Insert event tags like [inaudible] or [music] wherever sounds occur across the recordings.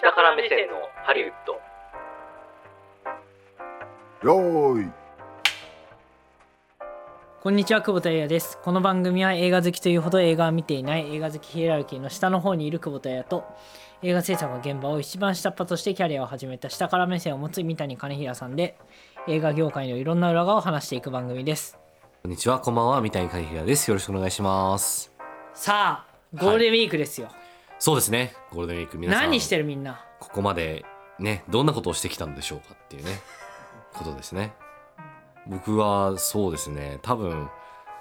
下から目線のハリウッドよーいこんにちは久保田彩ですこの番組は映画好きというほど映画は見ていない映画好きヒエラルキーの下の方にいる久保田彩と映画制作の現場を一番下っ端としてキャリアを始めた下から目線を持つ三谷兼平さんで映画業界のいろんな裏側を話していく番組ですこんにちは、こんばんは、三谷和平です。よろしくお願いします。さあゴールデンウィークですよ、そうですね、ゴールデンウィーク皆さん。何してるみんなここまで、ね、どんなことをしてきたんでしょうかっていうね、ことですね。僕は、そうですね、多分、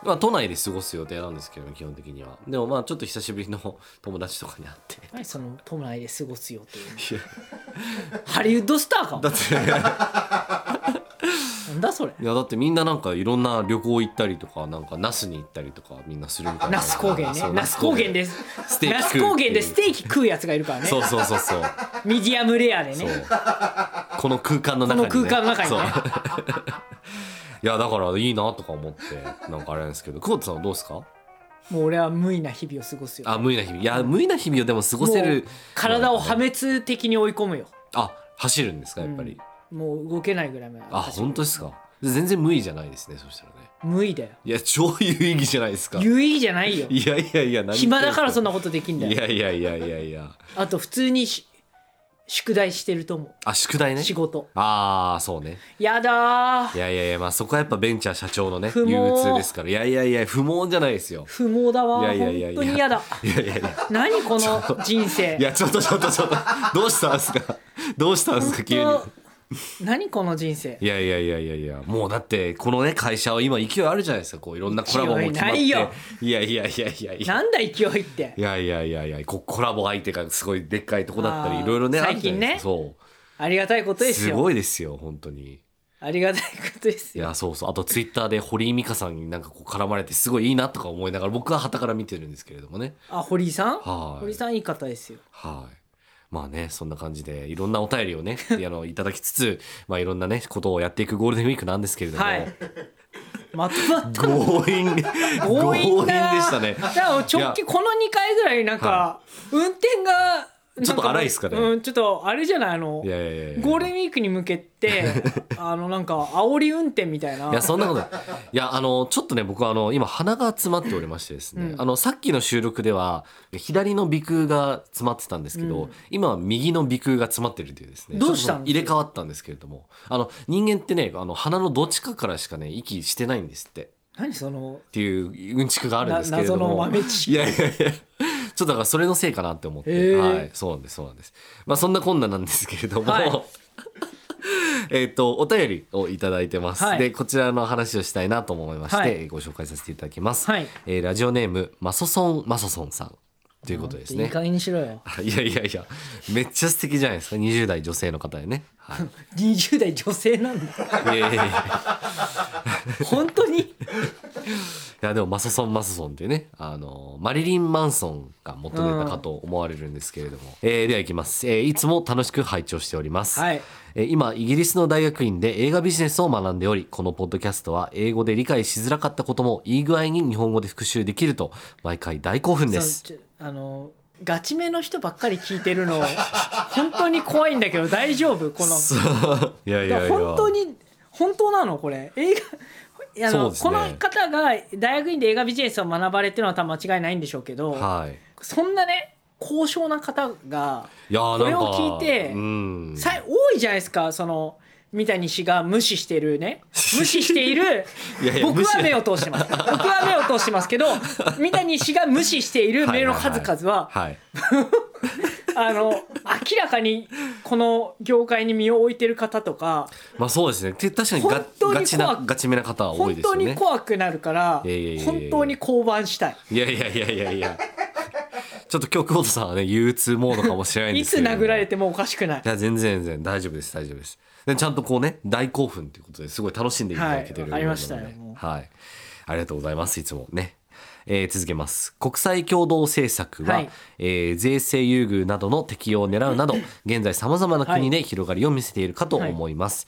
まあ、都内で過ごす予定なんですけど、基本的には。でも、まあ、ちょっと久しぶりの [laughs] 友達とかに会って。何その都内で過ごすよっていうハリウッドスターかもだって、なんだそれ [laughs] いや、だってみんななんかいろんな旅行行ったりとか、なんか那須に行ったりとか、みんなするみたいな。那須高原ねそう。那須高原ですすステー那キ食う須っていう高原でステーキ食うやつがいるからねそうそうそうそう。ミディアムレアでそうね。 [laughs] この空間の中に、ね。この空間の中にねそう。いや、だからいいなとか思って、なんかあれなんですけど、久保田さんはどうですかもう俺は無意な日々を過ごすよあ、無意な日々。いや、無意な日々をでも過ごせもうる。体を破滅的に追い込むよあ、走るんですか、やっぱり。もう動けないぐらいまであ、本当ですか。全然無意じゃないですね、そしたらね。無意だよいや、超有意義じゃないですか。い有意義じゃないよやいやいや、何言ってんの暇だからそんなことできんだいよやいやいやいやいや。あと普通にし宿題してると思あ、宿題うね。仕事ああ、そうね。やだいーやいやいや、まあそこはやっぱベンチャー社長のね、不毛憂鬱ですから。いやいやいや、不毛じゃないですよ。不毛だわいやいやーいやいや本当に嫌だいやいやいや。何 [laughs] この人生いやちょっとちょっとちょっとどうしたんですかどうしたんですか急に本当何この人生いやいやいやいやいやもうだってこのね会社は今勢いあるじゃないですかこういろんなコラボも決まって勢いないよいやいやいやいやいやなんだ勢いっていやいやいやいやこコラボ相手がすごいでっかいとこだったありーいろいろねあ最るじゃ近ないねですかそありがたいことうですすよごいですよ本当にありがたいことですいよやそうそうあとツイッターで堀井美香さんになんかこう絡まれてすごいいいなとか思いながら僕は傍から見てるんですけれどもねあ堀井さんはい堀井さんいい方ですよはい。まあね、そんな感じで、いろんなお便りをね、あ [laughs] の、いただきつつ、まあいろんなね、ことをやっていくゴールデンウィークなんですけれども。 [laughs] はいまとまった強 [laughs] 引、強引でなしたね。だから直近この2回ぐらいなんかは運転がなんちょっと荒いっすかねうん、ちょっとあれじゃないあのいやいやいやいやゴールデンウィークに向け [laughs] てあのなんか煽り運転みたいないや、そんなことない。いや、あの、ちょっとね、僕はあの、今鼻が詰まっておりましてですね、うんあの、さっきの収録では、左の鼻腔が詰まってたんですけうど、ん今は右の鼻腔が詰まってるというですね、どうしたんちょっとその入れ替わったんですけれども、あの、人間ってね、あの、鼻のどっちかからしかね、息してないんですって。何そのっていううんちくがあるんなですけれ謎どもの豆知識いやいやいや。ちょっとだからそれのせいかなって思って、へーはい、そうなんですそうなんです。まあそんなこんななんですけれども、はい [laughs] えっとお便りをいただいてます。はいでこちらの話をしたいなと思いまして、はいご紹介させていただきます。はいえーラジオネームマソソンマソソンさんということですいいね。加減にしろよ [laughs] いやいやいやめっちゃ素敵じゃないですか20代女性の方でね。はい20代女性なん [laughs] だいやいやい [laughs] や。本当にいやでもマソソン・マソソンっていうねあのマリリン・マンソンが元ネタかと思われるんですけれども、えーではいきます、えーいつも楽しく拝聴しております、はいえー今イギリスの大学院で映画ビジネスを学んでおりこのポッドキャストは英語で理解しづらかったこともいい具合に日本語で復習できると毎回大興奮ですそうちょあのガチめの人ばっかり聞いてるの本当に怖いんだけど大丈夫この [laughs] いやいやいや本当に本当なのこれ映画 [laughs] いやあそのうですこねの方が大学院で映画ビジネスを学ばれてるのは多分間違いないんでしょうけど、はいそんなね高尚な方がいやーなんかこれを聞いてうんさ多いじゃないですかその三谷氏が無視してる [laughs] ね無視しているいやいや僕無視は目を通してます僕は目を通してますけど三谷氏が無視しているメールの数々ははいいあの明らかにこの業界に身を置いてる方とかまあそうですねて確かに本ガ当にガチ怖なくガチめな方は多い本ですよ当ねに怖くなるからいやいやいやいや本当に降板したい。いやいやいやいやいや。ちょっと今日久保田さんはね憂鬱モードかもしれないんいですつけども殴られてもおかしくないい。や全然全然大丈夫です大丈夫ですでちゃんとこうね大興奮ということですごい楽しんでいただけてはるいわかりましたよようなのでもうはいありがとうございますいつもねえー続けます国際共同政策は、はいえー税制優遇などの適用を狙うなど現在さまざまな国で広がりを見せているかと思います、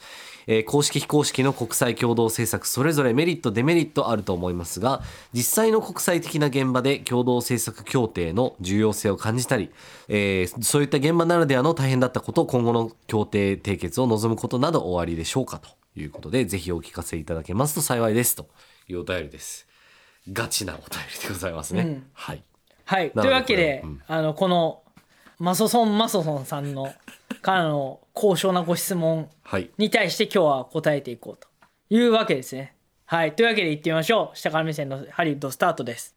えー公式非公式の国際共同政策それぞれメリットデメリットあると思いますが実際の国際的な現場で共同政策協定の重要性を感じたり、えーそういった現場ならではの大変だったことを今後の協定締結を望むことなどおありでしょうかということでぜひお聞かせいただけますと幸いですというお便りです。ガチなお便りでございますね。うんはい。はい、なとるほどいうわけで、うんあのこのマソソンマソソンさんのからの高尚なご質問はい。に対して今日は答えていこうというわけですね。はい、というわけで行ってみましょう下から目線のハリウッドスタートです。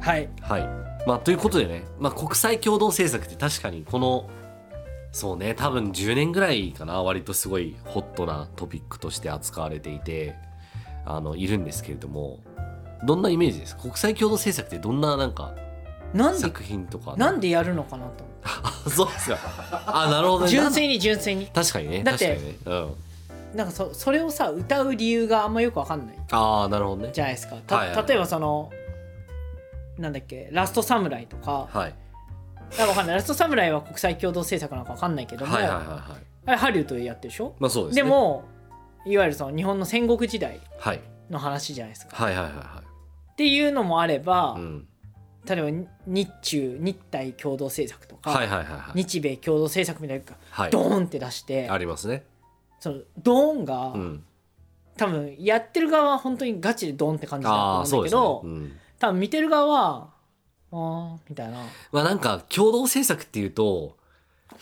はい、はい。まあ、ということでね、まあ、国際共同政策って確かにこの、そうね、多分10年ぐらいかな、割とすごいホットなトピックとして扱われていて、あの、いるんですけれども、どんなイメージですか国際共同政策ってどんななんかなんで作品とか。なんでやるのかなと思ってあそうですか。あ、なるほど [laughs] ね。純粋に純粋に確かにね。だって確かにね。うん。なんかそそれをさ歌う理由があんまよくわかんないああ、なるほどねじ。ゃないですかた、はいはいはい例えばそのなんだっけ「ラストサムライ」とかはい。だからわかんない「ラストサムライ」は国際共同制作なのかわかんないけども、はいはいはいはい。あれハリウッドでやってるでしょまあそうですでね。、もいわゆるその日本の戦国時代はい。の話じゃないですか。はいはいはいはっていうのもあれば、い。うん。例えばに日中日台共同制作とか、はいはいはいはい。日米共同制作みたいなのがはい。ドーンって出して、ありますね。そのドーンが、うん。多分やってる側は本当にガチでドーンって感じだああー、と思そううんだでけすど、ね。うん多分見てる側はあーみたいな。まあなんか共同政策っていうと、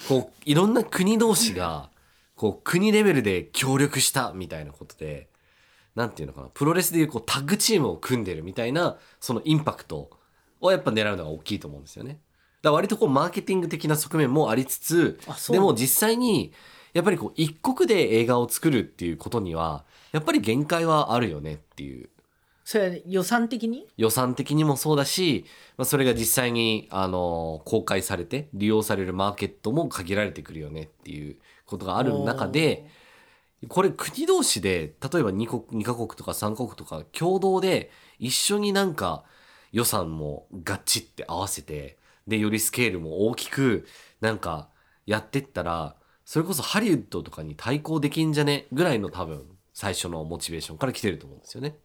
こう、いろんな国同士が、こう、国レベルで協力したみたいなことで、なんていうのかな、プロレスでいうこうタッグチームを組んでるみたいな、そのインパクトをやっぱ狙うのが大きいと思うんですよね。だから割とこうマーケティング的な側面もありつつあ、そうでも実際に、やっぱりこう一国で映画を作るっていうことには、やっぱり限界はあるよねっていうそれ予算的に予算的にもそうだし、まあ、それが実際に、あの公開されて利用されるマーケットも限られてくるよねっていうことがある中でこれ国同士で例えば 2, 国2カ国とか3カ国とか共同で一緒になんか予算もガッチって合わせてでよりスケールも大きくなんかやってったらそれこそハリウッドとかに対抗できんじゃねぐらいの多分最初のモチベーションから来てると思うんですよね。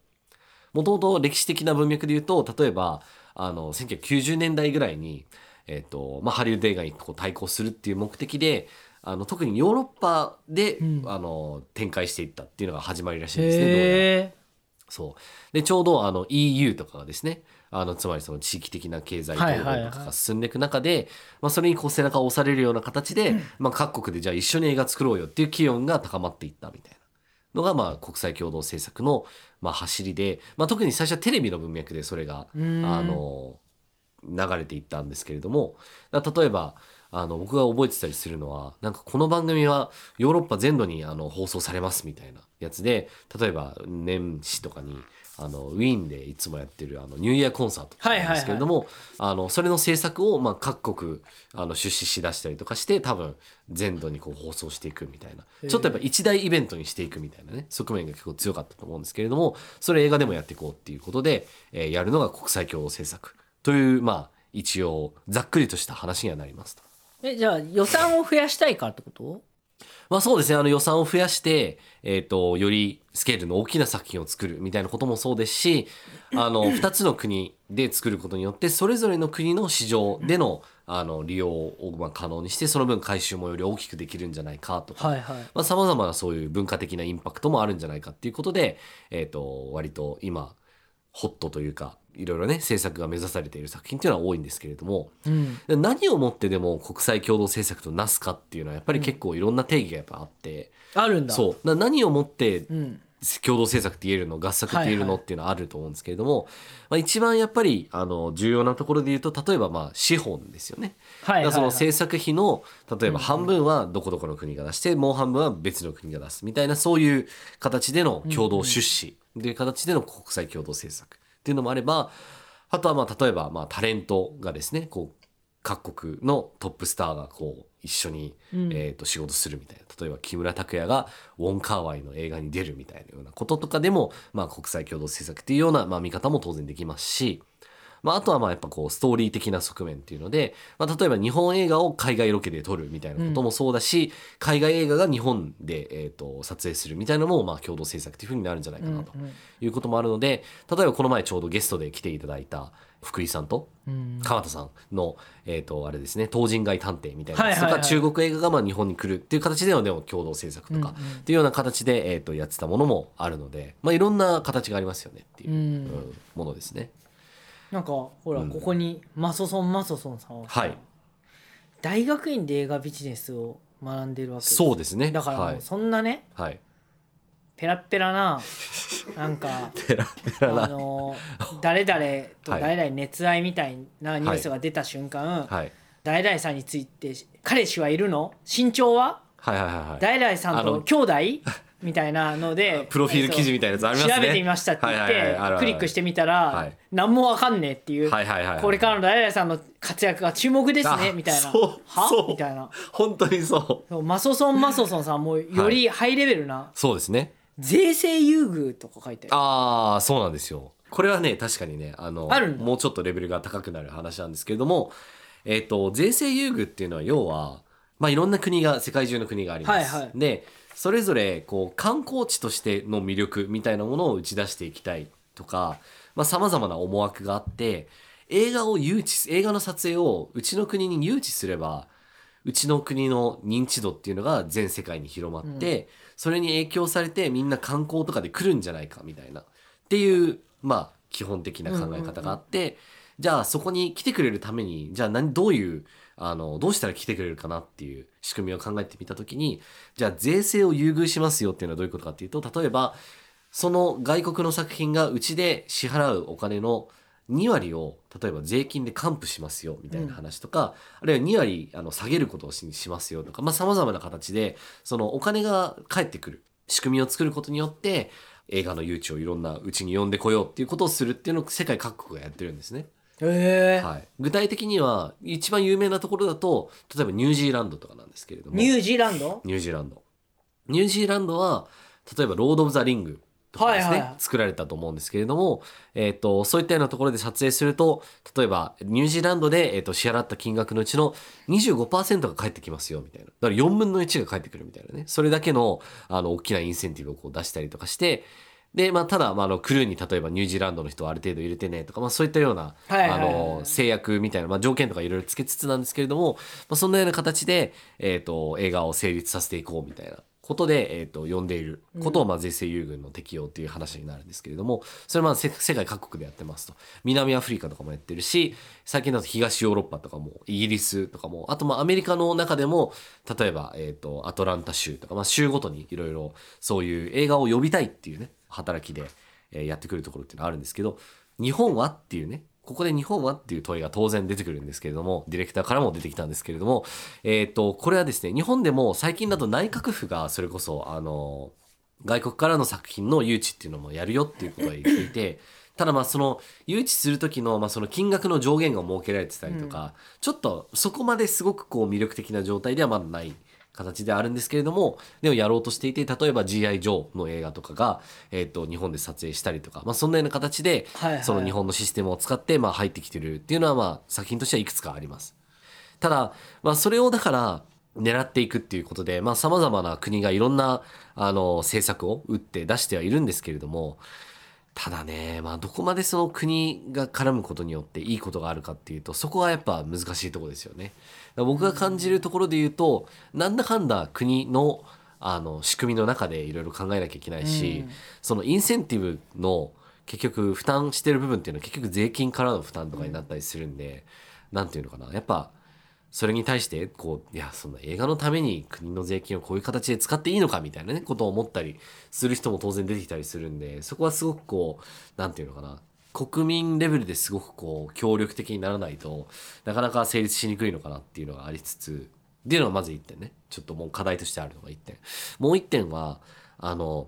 もともと歴史的な文脈で言うと例えばあの1990年代ぐらいに、えっとまあ、ハリウッド映画にこう対抗するっていう目的であの特にヨーロッパで、うんあの展開していったっていうのが始まりらしいんですね。どうやらへそうでちょうどあの EU とかがですねあのつまりその地域的な経済は統いはいはい合とかが進んでいく中で、まあ、それにこう背中を押されるような形で、まあ、各国でじゃあ一緒に映画作ろうよっていう機運が高まっていったみたいなのが、まあ、国際共同政策の、まあ、走りで、まあ、特に最初はテレビの文脈でそれがえうーんあの流れていったんですけれどもだ例えばあの僕が覚えてたりするのはなんかこの番組はヨーロッパ全土にあの放送されますみたいなやつで例えば年始とかにあのウィーンでいつもやってるあのニューイヤーコンサートなんですけれども、あのそれの制作をまあ各国あの出資しだしたりとかして多分全土にこう放送していくみたいなへえちょっとやっぱ一大イベントにしていくみたいなね側面が結構強かったと思うんですけれどもそれ映画でもやっていこうっていうことで、えーやるのが国際共同政策というまあ一応ざっくりとした話にはなりますと。えじゃあ予算を増やしたいからってことまあそうですね、あの予算を増やして、えっ、と、よりスケールの大きな作品を作るみたいなこともそうですし、あの、二つの国で作ることによって、それぞれの国の市場での、あの、利用をまあ可能にして、その分回収もより大きくできるんじゃないかとか、はいはいまあ様々なそういう文化的なインパクトもあるんじゃないかっていうことで、えっ、と、割と今、ホットというか、いろいろね、制作が目指されている作品っていうのは多いんですけれども、うんで何をもってでも国際共同政策となすかっていうのはやっぱり結構いろんな定義がやっぱあって、あるんだそうな何をもってうん共同政策って言えるの合作って言えるはいのはいっていうのはあると思うんですけれども、まあ、一番やっぱりあの重要なところで言うと例えばまあ資本ですよね。はいはい、だからそはのい、制作費の例えば半分はどこどこの国が出してもう半分は別の国が出すみたいなそういう形での共同出資という形での国際共同政策っていうのもあればあとはまあ例えばまあタレントがですねこう各国のトップスターがこう一緒に、うんえー、と仕事するみたいな例えば木村拓哉がウォン・カーワイの映画に出るみたいなようなこととかでも、まあ、国際共同政策っていうような、まあ、見方も当然できますし、まあ、あとはまあやっぱこうストーリー的な側面っていうので、まあ、例えば日本映画を海外ロケで撮るみたいなこともそうだし、海外映画が日本で、えー、と撮影するみたいなのもまあ共同制作っていうふうになるんじゃないかなとうんいうこともあるので例えばこの前ちょうどゲストで来ていただいた福井さんとうん川田さんの、えー、とあれですね東人街探偵みたいなやつとか、はいはいはい中国映画がまあ日本に来るっていう形でのでも共同制作とか、うんうんっていうような形で、えー、とやってたものもあるので、まあ、いろんな形がありますよねっていう、うんうんものですね。なんかほらうんここにマソソンマソソンさんはさはい大学院で映画ビジネスを学んでるわけですそうですねだからはもうい、そんなねはい、ペラッペラ [laughs] ななんかペラペラあな、の誰々と誰々熱愛みたいなニュースが出た瞬間はい、誰々さんについて彼氏はいるの身長ははいはいはいはい誰々さんあとの兄弟みたいなので [laughs] プロフィール記事みたいなやつありますね調べてみましたって言っはいはいはいあるてあるクリックしてみたら、はい何もわかんねえっていう、はいはいはいこれからの誰々さんの活躍が注目ですねあみたいなそうはそうみたいな本当にそうそうマソソンマソソンさんもよりハイレベルな、そうですね税制優遇とか書いてあるああそうなんですよこれはね確かにねあのあるんだもうちょっとレベルが高くなる話なんですけれども、えっと税制優遇っていうのは要は、まあ、いろんな国が世界中の国があります。はいはいでそれぞれこう観光地としての魅力みたいなものを打ち出していきたいとかさまざ、まな思惑があって映画を誘致映画の撮影をうちの国に誘致すればうちの国の認知度っていうのが全世界に広まって、それに影響されてみんな観光とかで来るんじゃないかみたいなっていうまあ基本的な考え方があって、じゃあそこに来てくれるためにじゃあ何どういうあのどうしたら来てくれるかなっていう仕組みを考えてみた時にじゃあ税制を優遇しますよっていうのはどういうことかっていうと例えばその外国の作品がうちで支払うお金の2割を例えば税金で還付しますよみたいな話とか、あるいは2割あの下げることをししますよとかさまざ、まな形でそのお金が返ってくる仕組みを作ることによって映画の誘致をいろんなうちに呼んでこようっていうことをするっていうのを世界各国がやってるんですね。へえはい、具体的には一番有名なところだと例えばニュージーランドとかなんですけれどもニュージーランドニュージーランド。ニュージーランドは、例えば、ロード・オブ・ザ・リングとかですね、はいはい作られたと思うんですけれども、えっ、と、そういったようなところで撮影すると、例えば、ニュージーランドで、えっ、と、支払った金額のうちの25%が返ってきますよ、みたいな。だから4分の1が返ってくるみたいなね。それだけの、あの、大きなインセンティブをこう出したりとかして、で、まあ、ただ、まあ、あの、クルーに例えばニュージーランドの人をある程度入れてねとか、まあ、そういったような、はいはいはいあの、制約みたいな、まあ、条件とかいろいろつけつつなんですけれども、まあ、そんなような形で、えー、と映画を成立させていこうみたいなことで、えー、と呼んでいることを、まあ、税制優遇の適用っていう話になるんですけれどもそれはまあせ世界各国でやってますと南アフリカとかもやってるし最近だと東ヨーロッパとかもイギリスとかもあとまあアメリカの中でも例えば、えー、とアトランタ州とか、まあ、州ごとにいろいろそういう映画を呼びたいっていうね働きで、えーやってくるところっていうのはあるんですけど日本はっていうねここで日本はっていう問いが当然出てくるんですけれども、ディレクターからも出てきたんですけれども、えっ、と、これはですね、日本でも最近だと内閣府がそれこそ、あの、外国からの作品の誘致っていうのもやるよっていうことは言っていて、ただまあその誘致する時のまあその金額の上限が設けられてたりとか、ちょっとそこまですごくこう魅力的な状態ではまだない形であるんですけれどもでもやろうとしていて例えば G.I. ジョーの映画とかが、えっと日本で撮影したりとか、まあ、そんなような形で、はいはいその日本のシステムを使ってまあ入ってきてるっていうのはまあ作品としてはいくつかあります。ただ、まあ、それをだから狙っていくっていうことでまあ様々な国がいろんなあの政策を打って出してはいるんですけれどもただね、まあ、どこまでその国が絡むことによっていいことがあるかっていうとそこはやっぱ難しいところですよね。だから僕が感じるところで言うとなんだかんだ国のあの仕組みの中でいろいろ考えなきゃいけないし、うんそのインセンティブの結局負担してる部分っていうのは結局税金からの負担とかになったりするんで、なんていうのかなやっぱそれに対してこういやそんな映画のために国の税金をこういう形で使っていいのかみたいなねことを思ったりする人も当然出てきたりするんでそこはすごくこうなんていうのかな国民レベルですごくこう協力的にならないとなかなか成立しにくいのかなっていうのがありつつっていうのはまず1点ねちょっともう課題としてあるのが1点もう1点はあの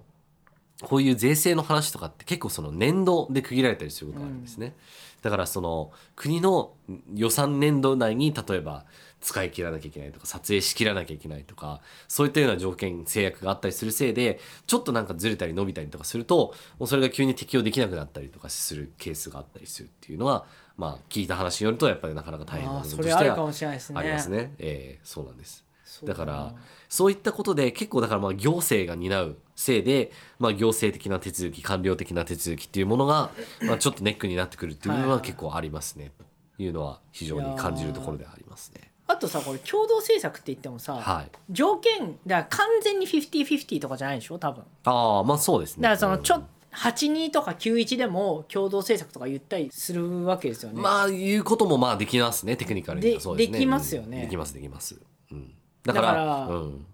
こういう税制の話とかって結構その年度で区切られたりすることがあるんですね。だからその国の予算年度内に例えば使い切らなきゃいけないとか撮影しきらなきゃいけないとかそういったような条件制約があったりするせいでちょっとなんかずれたり伸びたりとかするともうそれが急に適用できなくなったりとかするケースがあったりするっていうのはまあ聞いた話によるとやっぱりなかなか大変あなこあとそとれしあてるかもはしれないですねありますね。ええそうなんです。そうだからそういったことで結構だからまあ行政が担うせいで、まあ、行政的な手続き官僚的な手続きっていうものが、まあ、ちょっとネックになってくるっていう部は分いははい結構ありますねというのは非常に感じるところではありますね。あとさこれ共同政策って言ってもさ、はい、条件だから完全に50-50とかじゃないでしょ多分ああまあそうですね。だからそのちょうんっ82とか91でも共同政策とか言ったりするわけですよね、まあいうこともまあできますねテクニカルにはでそうですねできますよねうんできますできます。うん、だからだからうん、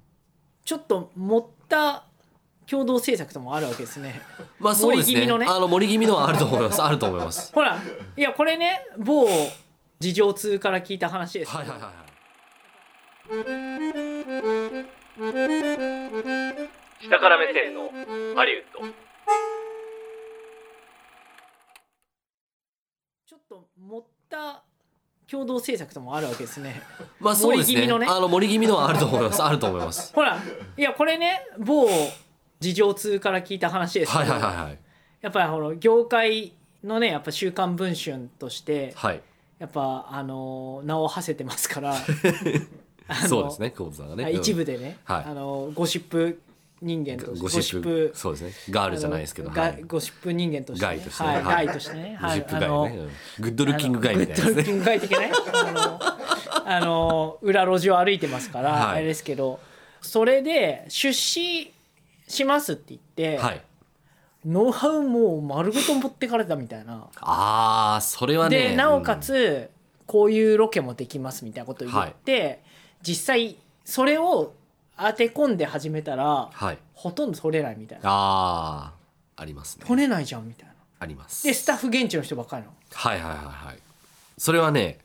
ちょっと持った共同政策ともあるわけです [laughs] ねまあそうです森気ね。味のねあの森気味のはあると思いますあると思います。ほらいやこれね某事情通から聞いた話です、はいはいはいはい。下から目線のハリウッドちょっと持った共同政策ともあるわけですねまあそうですね。森気味のねあの森気味のはあると思い [laughs] ますあると思います。ほらいやこれね某事情通から聞いた話です、はいはいはいはい。やっぱりほら業界のねやっぱ「週刊文春」としてはい。やっぱあの名を馳せてますから [laughs] あのそうですね、久保田さんがね。はいうん一部でね、はいあのゴシップ人間としてゴシップ。そうですね。ガールじゃないですけど。あのがはいゴシップ人間として、ガイとしてねはい、はいガイとしてね、ゴはシいップガイね。うんグッドルッキングガイみたいグなッドルでッすキね。ングガイ的ねあのあの裏路地を歩いてますから、はあいれですけどそれで出資しますって言って、はい。ノウハウも丸ごと持ってかれたみたいな。ああ、それはね。でなおかつ、こういうロケもできますみたいなことを言って、実際それを当て込んで始めたらうん。はい。ほとんど取れないみたいなああ、ありますね。取れないじゃんみたいなあります。でスタッフ現地の人ばっかりのはいはいはいはい。それはね、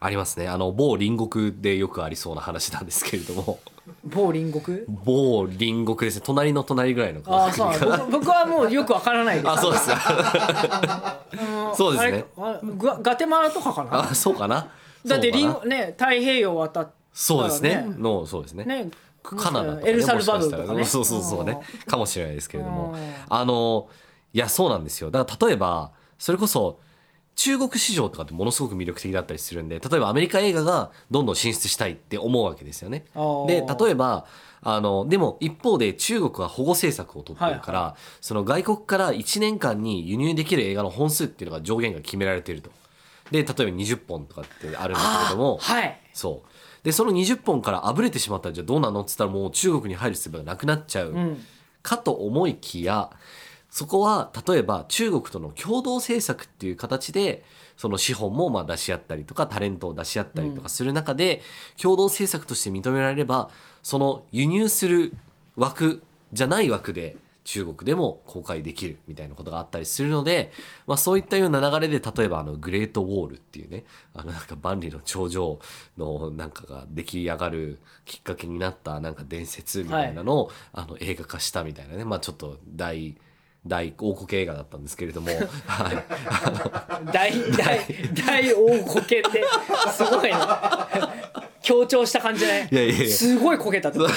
ありますね。あの、某隣国でよくありそうな話なんですけれども。某隣国某隣国ですね。隣の隣ぐらいの。ああそうなの僕僕はもうよくわからないですあ、そうです。あのそうですねあれあガガテマラとかかなあ、そうかな。だってそうリかンなゴね太平洋渡っそうですだねよ。ねの、そうですね。ねカナダとか、ね、エルサルバドルとかねもししたらそうそうそうねかもしれないですけれどもあのいやそうなんですよだから例えばそれこそ中国市場とかってものすごく魅力的だったりするんで例えばアメリカ映画がどんどん進出したいって思うわけですよね。で例ええばあのでも一方で中国は保護政策を取ってるから、その外国から1年間に輸入できる映画の本数っていうのが上限が決められてると。で例えば20本とかってあるんですけどもはいそうでその20本からあぶれてしまったらじゃあどうなのっつったらもう中国に入る術がなくなっちゃううんかと思いきやそこは例えば中国との共同政策っていう形でその資本もまあ出し合ったりとかタレントを出し合ったりとかする中で、共同政策として認められればその輸入する枠じゃない枠で中国でも公開できるみたいなことがあったりするので、まあ、そういったような流れで例えばあのグレートウォールっていうねあのなんか万里の長城のなんかが出来上がるきっかけになったなんか伝説みたいなのを、あの映画化したみたいなね、まあ、ちょっと大大王国映画だったんですけれ [laughs] ども、はい、大大大王こけってすごいな強調した感じじゃないいやいやいやすごいこけたってこと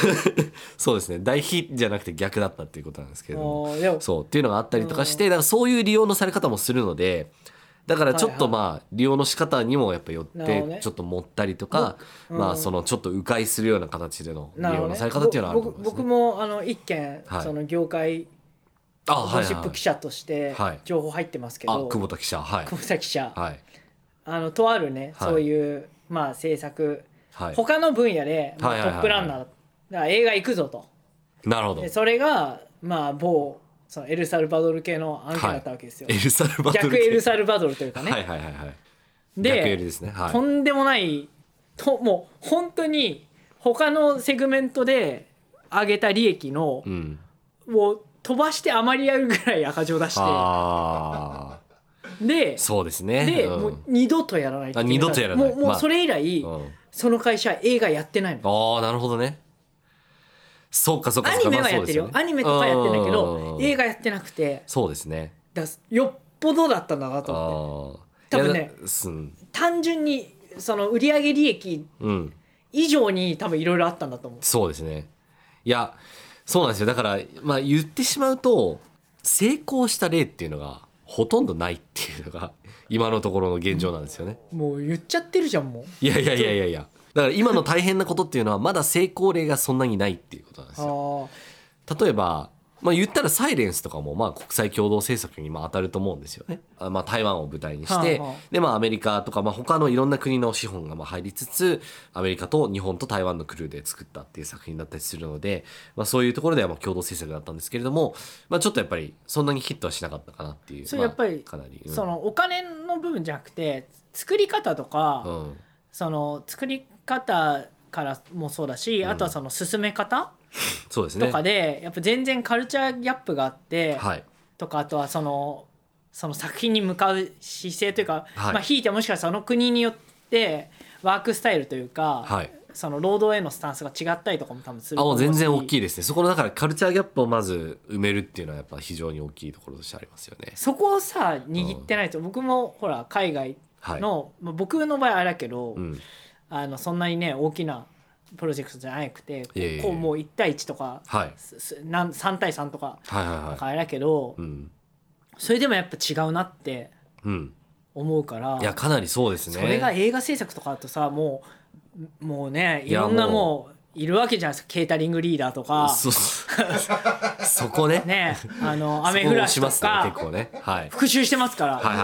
そうですね大ヒじゃなくて逆だったっていうことなんですけれどもおーでもそうっていうのがあったりとかして、だからそういう利用のされ方もするのでだからちょっはいとはまあ、利用の仕方にもやっぱ寄っなるほどてねちょっと持ったりとか、うんまあそのちょっと迂回するような形での利なるほ用どのねされ方っていうのはあると思います、僕僕ね。もあの一件、はいその業界あはゴいはシいッはプい記者としてはい情報入ってますけど、あ久保田記者はい久保田記者、はいあのとあるね、はいそういうまあ政策、はい他の分野で、まあはいはいトはいはいップランナー、だから映画行くぞとなるほどでエそれがまあ某そのエルサルバドル系の案件だったわけですよ、ルサルバドル逆エルサルバドルというかね、はいはいはいはいで逆エルですねはいとんでもないともう本当に他のセグメントで上げた利益の、うんを飛ばして余りあるぐらい赤字を出してああでそうですねで、うんもう二度とやらないってあ二度とやらないもうもまうあそれ以来、うんその会社は映画やってないのああなるほどねそうかそうかアそうかニメまはやっあそうでてするよよねアニメとかやってんだけうどん映画やってなくてそうですねだからよっぽどだったんだなと思っああ多分ねすんて単純にその売上利益うん以上に多分いろいろあったんだと思うそうですねいやそうなんですよだからまあ言ってしまうと成功した例っていうのがほとんどないっていうのが [laughs] 今のところの現状なんですよね、もう言っちゃってるじゃんもういやいやいやいやいやだから今の大変なことっていうのはまだ成功例がそんなにないっていうことなんですよあ例えば、まあ、言ったら「サイレンスとかもまあ国際共同政策にまあ当たると思うんですよね。あまあ、台湾を舞台にして、はあはあでまあ、アメリカとか、まあ、他のいろんな国の資本がまあ入りつつアメリカと日本と台湾のクルーで作ったっていう作品だったりするので、まあ、そういうところではまあ共同政策だったんですけれども、まあ、ちょっとやっぱりそんなにヒットはしなかったかなっていうそれやっぱりまあかなり、あそのお金の部分じゃなくて作り方とか、うんその作り方からもそうだし、うんあとはその進め方そうですね。とかで、やっぱ全然カルチャーギャップがあって、はいとかあとはそのその作品に向かう姿勢というか、はいまあ、ひいてはもしかしたらその国によってワークスタイルというか、はいその労働へのスタンスが違ったりとかも多分するあもう全然大きいいですねそこのだからカルチャーギャップをまず埋めるっていうのはやっぱ非常に大きいところとしてありますよね。そこをさ握ってないと、僕もほら海外はい、の、まあ、僕の場合あれだけど、うん、あのそんなにね大きなプロジェクトじゃなくてこういえいえこうもう1対1とかはいすすなん3対3とかはいはいなんはかあれだけど、い。うん。それでもやっぱ違うなってうん。思うからいや、かなりそうですね。それが映画制作とかだとさもうもうねいいやろんなももういるわけじゃないですかケータリングリーダーとか [laughs] そそこね。ねあ [laughs] の雨降らししとますね、結か構ね。はい。復習してますから、はいはい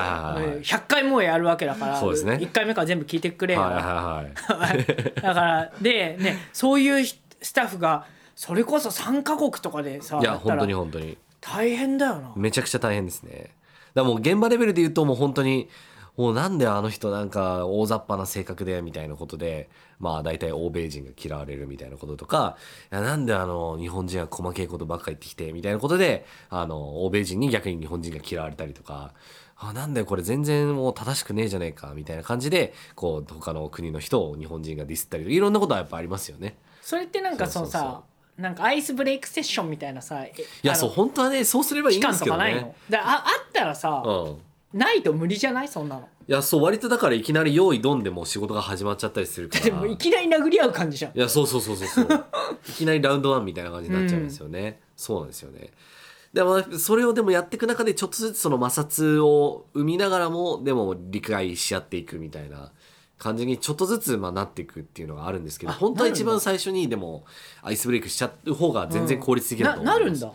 [laughs] はいはいうん100回もうやるわけだからそうですね1回目から全部聞いてくれよ、はいはいはだい。からでねそういうひスタッフがそれこそ3カ国とかでさ [laughs] いや、やった本当らに本当に。大変だよな。めちゃくちゃ大変ですね。だからもう現場レベルで言うともう本当に、もうなんであの人なんか大雑把な性格でみたいなことで、まあ大体欧米人が嫌われるみたいなこととか、いやなんであの日本人は細けいことばっか言ってきてみたいなことで、あの欧米人に逆に日本人が嫌われたりとか、あなんだよこれ全然もう正しくねえじゃねえかみたいな感じで、こう他の国の人を日本人がディスったりとか、いろんなことはやっぱありますよね。それってなんかそのさそうそうなんかアイスブレイクセッションみたいなさいいや、そう、本当はね、そうすればい期いんで間すとけかどないのね。だからああったらさ、うん。ないと無理じゃないそんなのいや、そう、割とだからいきなり用意どんでもう仕事が始まっちゃったりするから。でもいきなり殴り合う感じじゃんいや、そうそうそうそうそう。いきなりラウンドワンみたいな感じになっちゃうんですよね。そうなんですよね。でも、それをでもやっていく中でちょっとずつその摩擦を生みながらも、でも理解し合っていくみたいな感じにちょっとずつまあなっていくっていうのがあるんですけど、あ本当は一なるん番だ最初にでもアイスブレイクしちゃう方が全然効率的なだと思いますな、るんだ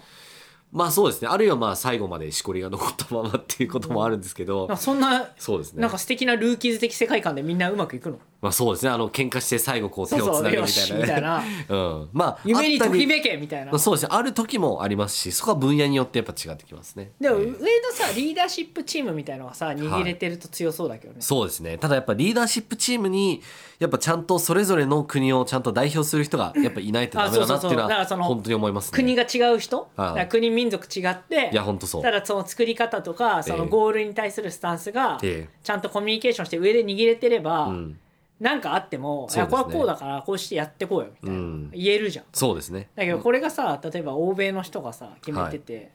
まあそうですね。あるいはまあ最後までしこりが残ったままっていうこともあるんですけど、なんかそんなそうですね。なんか素敵なルーキーズ的世界観でみんなうまくいくのまあそうですね。あの、喧嘩して最後こうそ手うをそつうなぐよみたしいな、ね。みたいな [laughs] うん。まあ、夢にあとったきめけみたいなまあそうですね。ある時もありますし、そこは分野によってやっぱ違ってきますね。でもえ上のーさリーダーシップチームみたいのはさ握れてると強そうだけどね、そうですね。ただやっぱリーダーシップチームに、やっぱちゃんとそれぞれの国をちゃんと代表する人がやっぱいないとダメだなっていあそうそうそうのうだからはその本当に思いますね。国が違う人、はだいから国民族違っていや、本当そうた。だその作り方とかそのゴールに対するスタンスがええちゃんとコミュニケーションして上で握れてれば、うん。なんかあっても、いそうやですねこれはこうだからこうしてやってこうよみたいな、うん言えるじゃんそうですね。だけどこれがさ例えば欧米の人がさ決めてて、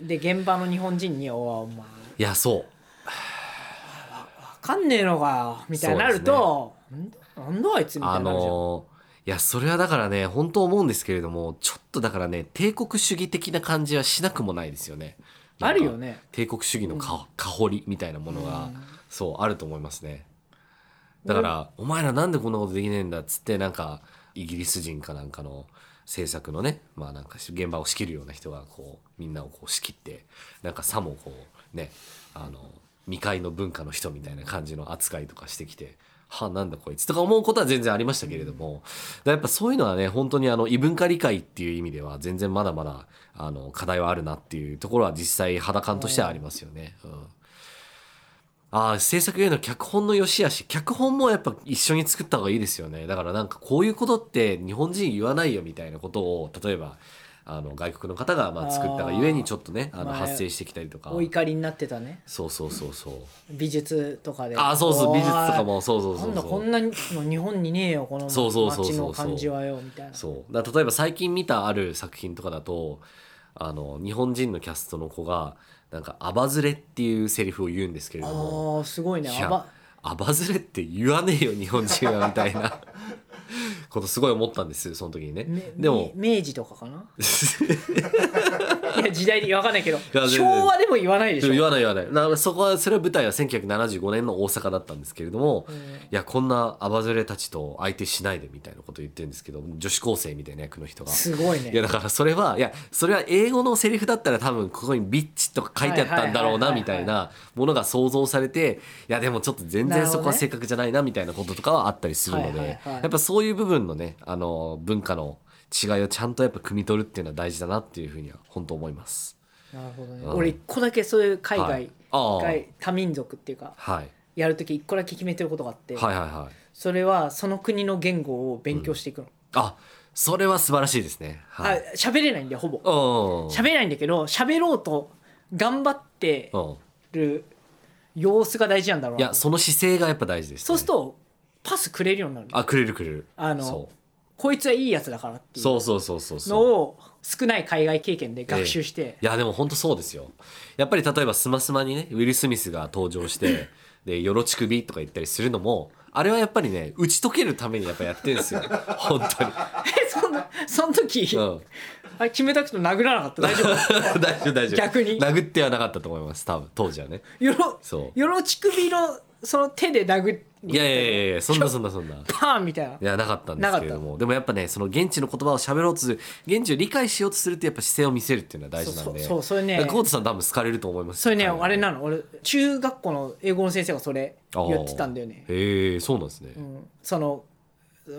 で現場の日本人に「おお前分いや、そう。かんねえのかよ」みたいになると「なんだなんだあいつ」みたいあになるじゃん、のーいや、それはだからね、本当思うんですけれども、ちょっとだからね、帝国主義的な感じはしなくもないですよね。あるよ。ね帝国主義のか、香りみたいなものが、うんそうあると思いますねだから、お前らなんでこんなことできねえんだっつってなんかイギリス人かなんかの制作のねまあなんか現場を仕切るような人がこうみんなをこう仕切ってなんかさもこうねあの未開の文化の人みたいな感じの扱いとかしてきて。はなんだこいつとか思うことは全然ありましたけれども、だからやっぱそういうのはね本当にあの異文化理解っていう意味では全然まだまだあの課題はあるなっていうところは実際肌感としてはありますよね。うんああ、制作への脚本の良し悪し、脚本もやっぱ一緒に作った方がいいですよね。だからなんかこういうことって日本人言わないよみたいなことを、例えば、あの外国の方がまあ作ったがゆえにちょっとねあのまあ発生してきたりとかお怒りになってたねそうそうそうそう美術とかであそうそう美術とかおもそうそういそうなんだそこうんなの日本にねえよこのそうそうそうそう街の感じはよみたいなそうだから例えば最近見たある作品とかだとあの日本人のキャストの子がなんか「アバズレ」っていうセリフを言うんですけれどもああすごいねいあやば「アバズレ」って言わねえよ日本人はみたい [laughs] なことすごい思ったんですその時にねめでもめ明治とかか [laughs] ないや時代でわかんないけど全然昭和でも言わないでしょ言わない言わないだからそこはそれは舞台は1975年の大阪だったんですけれども、うんいやこんなアバズレたちと相手しないでみたいなこと言ってるんですけど女子高生みたいな役の人がすごいねいやだからそれはいやそれは英語のセリフだったら多分ここに「ビッチ」とか書いてあったんだろうなはいはいはいはいみたいなものが想像されていやでもちょっと全なる然そこほどはね正確じゃないなみたいなこととかはあったりするのはいはいではいやっぱそういう部分のねあの文化の違いをちゃんとやっぱ汲み取るっていうのは大事だなっていうふうには本当思います。なるほどね、うん俺一個だけそういう海は外、いああ一回多民族っていうかはいやる時一個だけ決めてることがあって、はいはいはい。それはその国の言語を勉強していくの、あそれは素晴らしいですね。はい。あ喋れないんだよほぼうん。喋れないんだけど喋ろうと頑張ってうん。る様子が大事なんだろういなやその姿勢がやっぱ大事です、ね。そうするとパスくれるようになるのあくれるくれる。あのそこいつはいいやつだからってういそううそうそうそうそうの。を少ない海外経験で学習して、いやでも本当そうですよやっぱり例えば「スマスマにねウィル・スミスが登場 [laughs] して「でよろちくび」とか言ったりするのもあれはやっぱりね打ち解けるためにやっぱやってるんですよ本当に、え [laughs] そんなその時、うん、あれ決めたくて殴らなかった大丈夫 [laughs] 大丈夫大丈夫逆に殴ってはなかったと思います多分当時はねよろそうよろち首のその手で殴っていやいやいやいやそん [laughs] なそんなそんなパーンみたいないやなかったんですけれどなもでもやっぱねその現地の言葉を喋ろうとする現地を理解しようとするってやっぱ姿勢を見せるっていうのは大事なんでそうそうそうそれねだからコートさん多分好かれると思いますそれねあれななの俺中学校の英語の先生がそれ言ってたんだよね、へえそうなんですね、うんその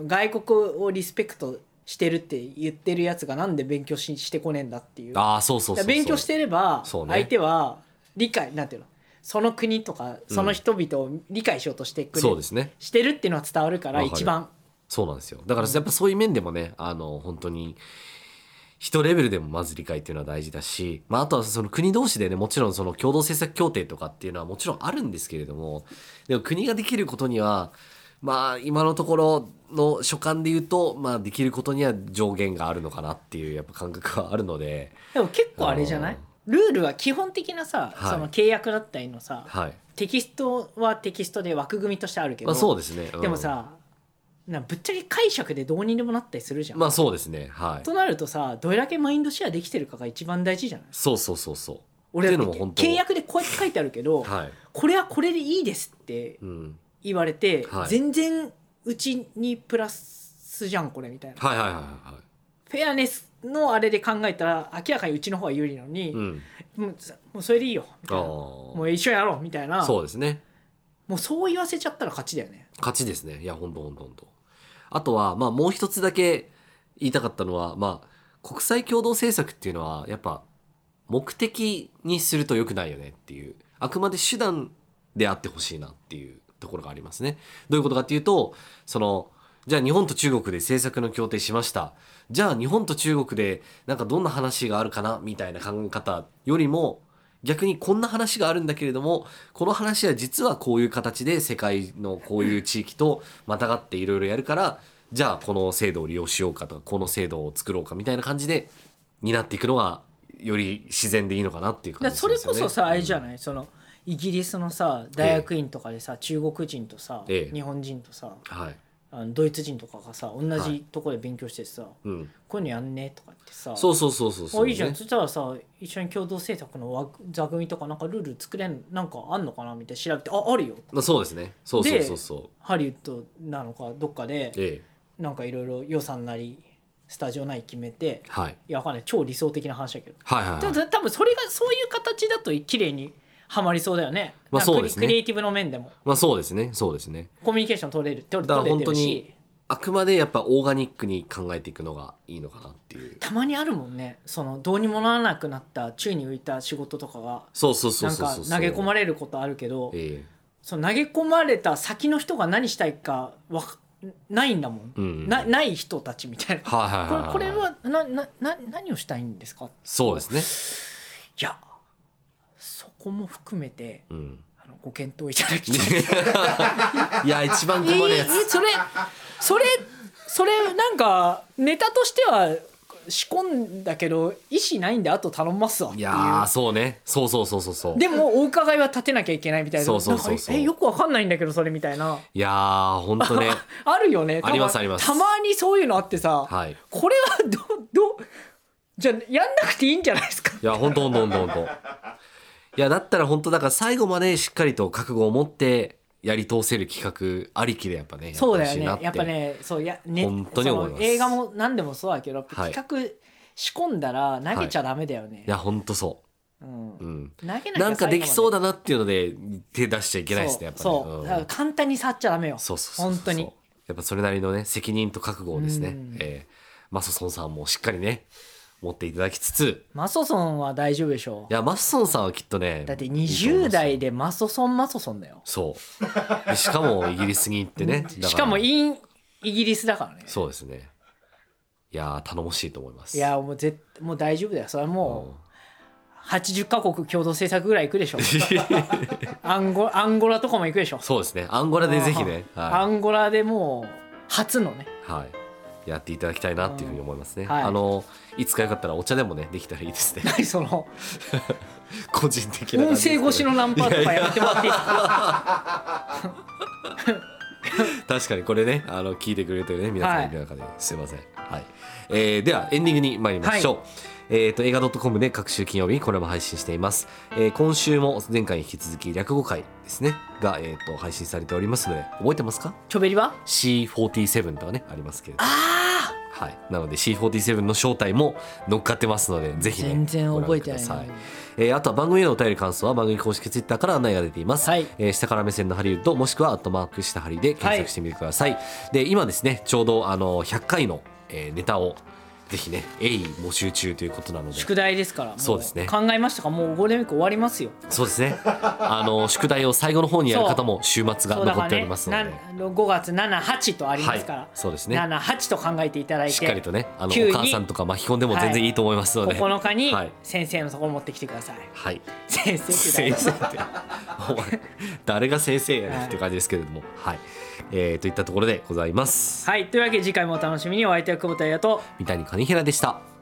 外国をリスペクトしてるって言ってるやつがなんで勉強ししてこねえんだっていうああそうそうそうそう勉強してればそうね相手は理解なんていうのその国とかその人々を理解しようとしてくれ、そうですねしてるっていうのは伝わるからわかる一番そうなんですよだからやっぱそういう面でもねあの本当に人レベルでもまず理解っていうのは大事だし、まあ、あとはその国同士でねもちろんその共同政策協定とかっていうのはもちろんあるんですけれどもでも国ができることにはまあ今のところの所感で言うと、まあ、できることには上限があるのかなっていうやっぱ感覚はあるのででも結構あれじゃないルールは基本的なさ、はいその契約だったりのさはい、テキストはテキストで枠組みとしてあるけど、まあ、そうですね、うんでもさなぶっちゃけ解釈でどうにでもなったりするじゃん、まあそうですねはいとなるとさどれだけマインドシェアできてるかが一番大事じゃないそうそうそうそう俺ってだいうっのもて本当契約でこうやって書いてあるけど、はい、これはこれでいいですってうん、言われて、はい全然うちにプラスじゃんこれみたいな、はいはいはいはいはフェアネスのあれで考えたら明らかにうちの方が有利なのに、いうんもうさもうそれでいいよみたいなもあう一緒にやろうみたいなあそうですねもうそう言わせちゃったら勝ちだよね勝ちですね。いや、ほんとほんとほんと。あとは、まあ、もう一つだけ言いたかったのは、まあ、国際共同政策っていうのは、やっぱ、目的にすると良くないよねっていう、あくまで手段であってほしいなっていうところがありますね。どういうことかっていうと、その、じゃあ日本と中国で政策の協定しました。じゃあ日本と中国でなんかどんな話があるかなみたいな考え方よりも、逆にこんな話があるんだけれどもこの話は実はこういう形で世界のこういう地域とまたがっていろいろやるからじゃあこの制度を利用しようかとかこの制度を作ろうかみたいな感じでになっていくのがより自然でいいのかなっていうだか感らじそれこそさあれじゃい、ない、そのイギリスのさ大学院とかでさ、中国人とさ、ええ日本人とさうんはいあのドイツ人とかがさ同はじいとこで勉強してさ、うん、こういうのやんねとか言ってさそうそうそうそうそう、あいいじゃんそしたらさ一緒に共同政策の枠座組とかなんかルール作れんなんかあんのかなみたいな調べてああるよまあ、そうですねそうそうそうそうハリウッドなのかどっかでえなんかいろいろ予算なりスタジオなり決めてえはい、いやわかんない超理想的な話だけどはいはいではもい多分それがそういう形だと綺麗にはまりそうだよね,まなんかクリ、あそうですねクリエイティブの面でもまあそうですねそうですねコミュニケーション取れるって取だかられ本て当るにしあくまでやっぱオーガニックに考えていくのがいいのかなっていうたまにあるもんねそのどうにもならなくなった宙に浮いた仕事とかがそうそうそうなんそうかそう投げ込まれることあるけどええその投げ込まれた先の人が何したいかわかないんだもん、うんなない人たちみたいな。はいはいこはいれいこれはななな何をしたいんですかそうですいやそこも含めてねうんあのご検討いただきたいいや一番え困るえやつそれそれそれなんかネタとしては仕込んだけど意思ないんであと頼ますわっていいやーうそうねそうそうそうそうそうでもお伺いは立てなきゃいけないみたいなそうそうそうそうなんかえよくわかんないんだけどそれみたいないやーほん [laughs] とねあるよねたありますありますたまにそういうのあってさ、はいいこれはどどじゃあやんなくていいんじゃない [laughs] ですかやほんとほんとほんとほんといやだったらほんとだから最後までしっかりと覚悟を持ってやり通せる企画ありきでやっぱねそうだよやねやっぱねそうやね本当に思いますその映画も何でもそうだけどやっぱはい企画仕込んだら投げちゃダメだよね、いやほんとそうんううん投げなきゃなんかできそうだだなっていうので手出しちゃいけないですねやっぱねそうそう、んだから簡単に触っちゃダメよそうそうそうそう本当にやっぱそれなりのね責任と覚悟をですうねん、えー、マソソンさんもしっかりね持っていただきつつマソソンは大丈夫でしょいやマソソンさんはきっとねだって20代でマソソンマソソンだよそうでしかもイギリスに行ってねだらしかもインイギリスだからねそうですねいやー頼もしいと思いますいやもう絶もう大丈夫だよそれはうんもう80カ国共同制作ぐらい行くでし [laughs] ょアンゴアンゴラとかも行くでしょそうですねアンゴラでぜひねアはンゴラでもう初のねい、はい、やっていただきたいなっていうふうに思いますね、うんはいあのいつかよかったらお茶でもねできたらいいですね [laughs] 何その個人的な [laughs] 音感じで声すけどね越しのナンパとかやってもら [laughs] っていいですか確かにこれねあの聞いてくれてるね皆さんいる中で、すいません、はいえーではエンディングに参りましょう、えー、と映画 .com で各週金曜日にこれも配信しています、えー今週も前回に引き続き略語会ですねが、えー、と配信されておりますので覚えてますかチョベリは C47 とかねありますけれどああはい、なので C47 の正体も乗っかってますのでぜひ、ね、全然覚えてないご覧くださえーあとは番組へのお便り感想は番組公式ツイッターから案内が出ています、はいえー下から目線のハリウッドもしくはアットマークしたハリで検索してみてください、で今ですねちょうどあの100回の、えーネタをぜひね鋭意募集中ということなので宿題ですからもそうですね考えましたかもうゴールデンウィーク終わりますよそうですねあの宿題を最後の方にやる方も週末がそうだ残からっておりねますので、な5月78とありますから、はいそうですね78と考えていただいてしっかりとねあの急にお母さんとか巻き込んでも全然いいと思いますので、 9日にはい先生のところ持ってきてくださ [laughs] い、はい先生先って生ってお前誰が先生やねんって感じですけれどもはい、えー、といったところでございますはいというわけで次回もお楽しみにお相手は久保田彩と三谷兼平でした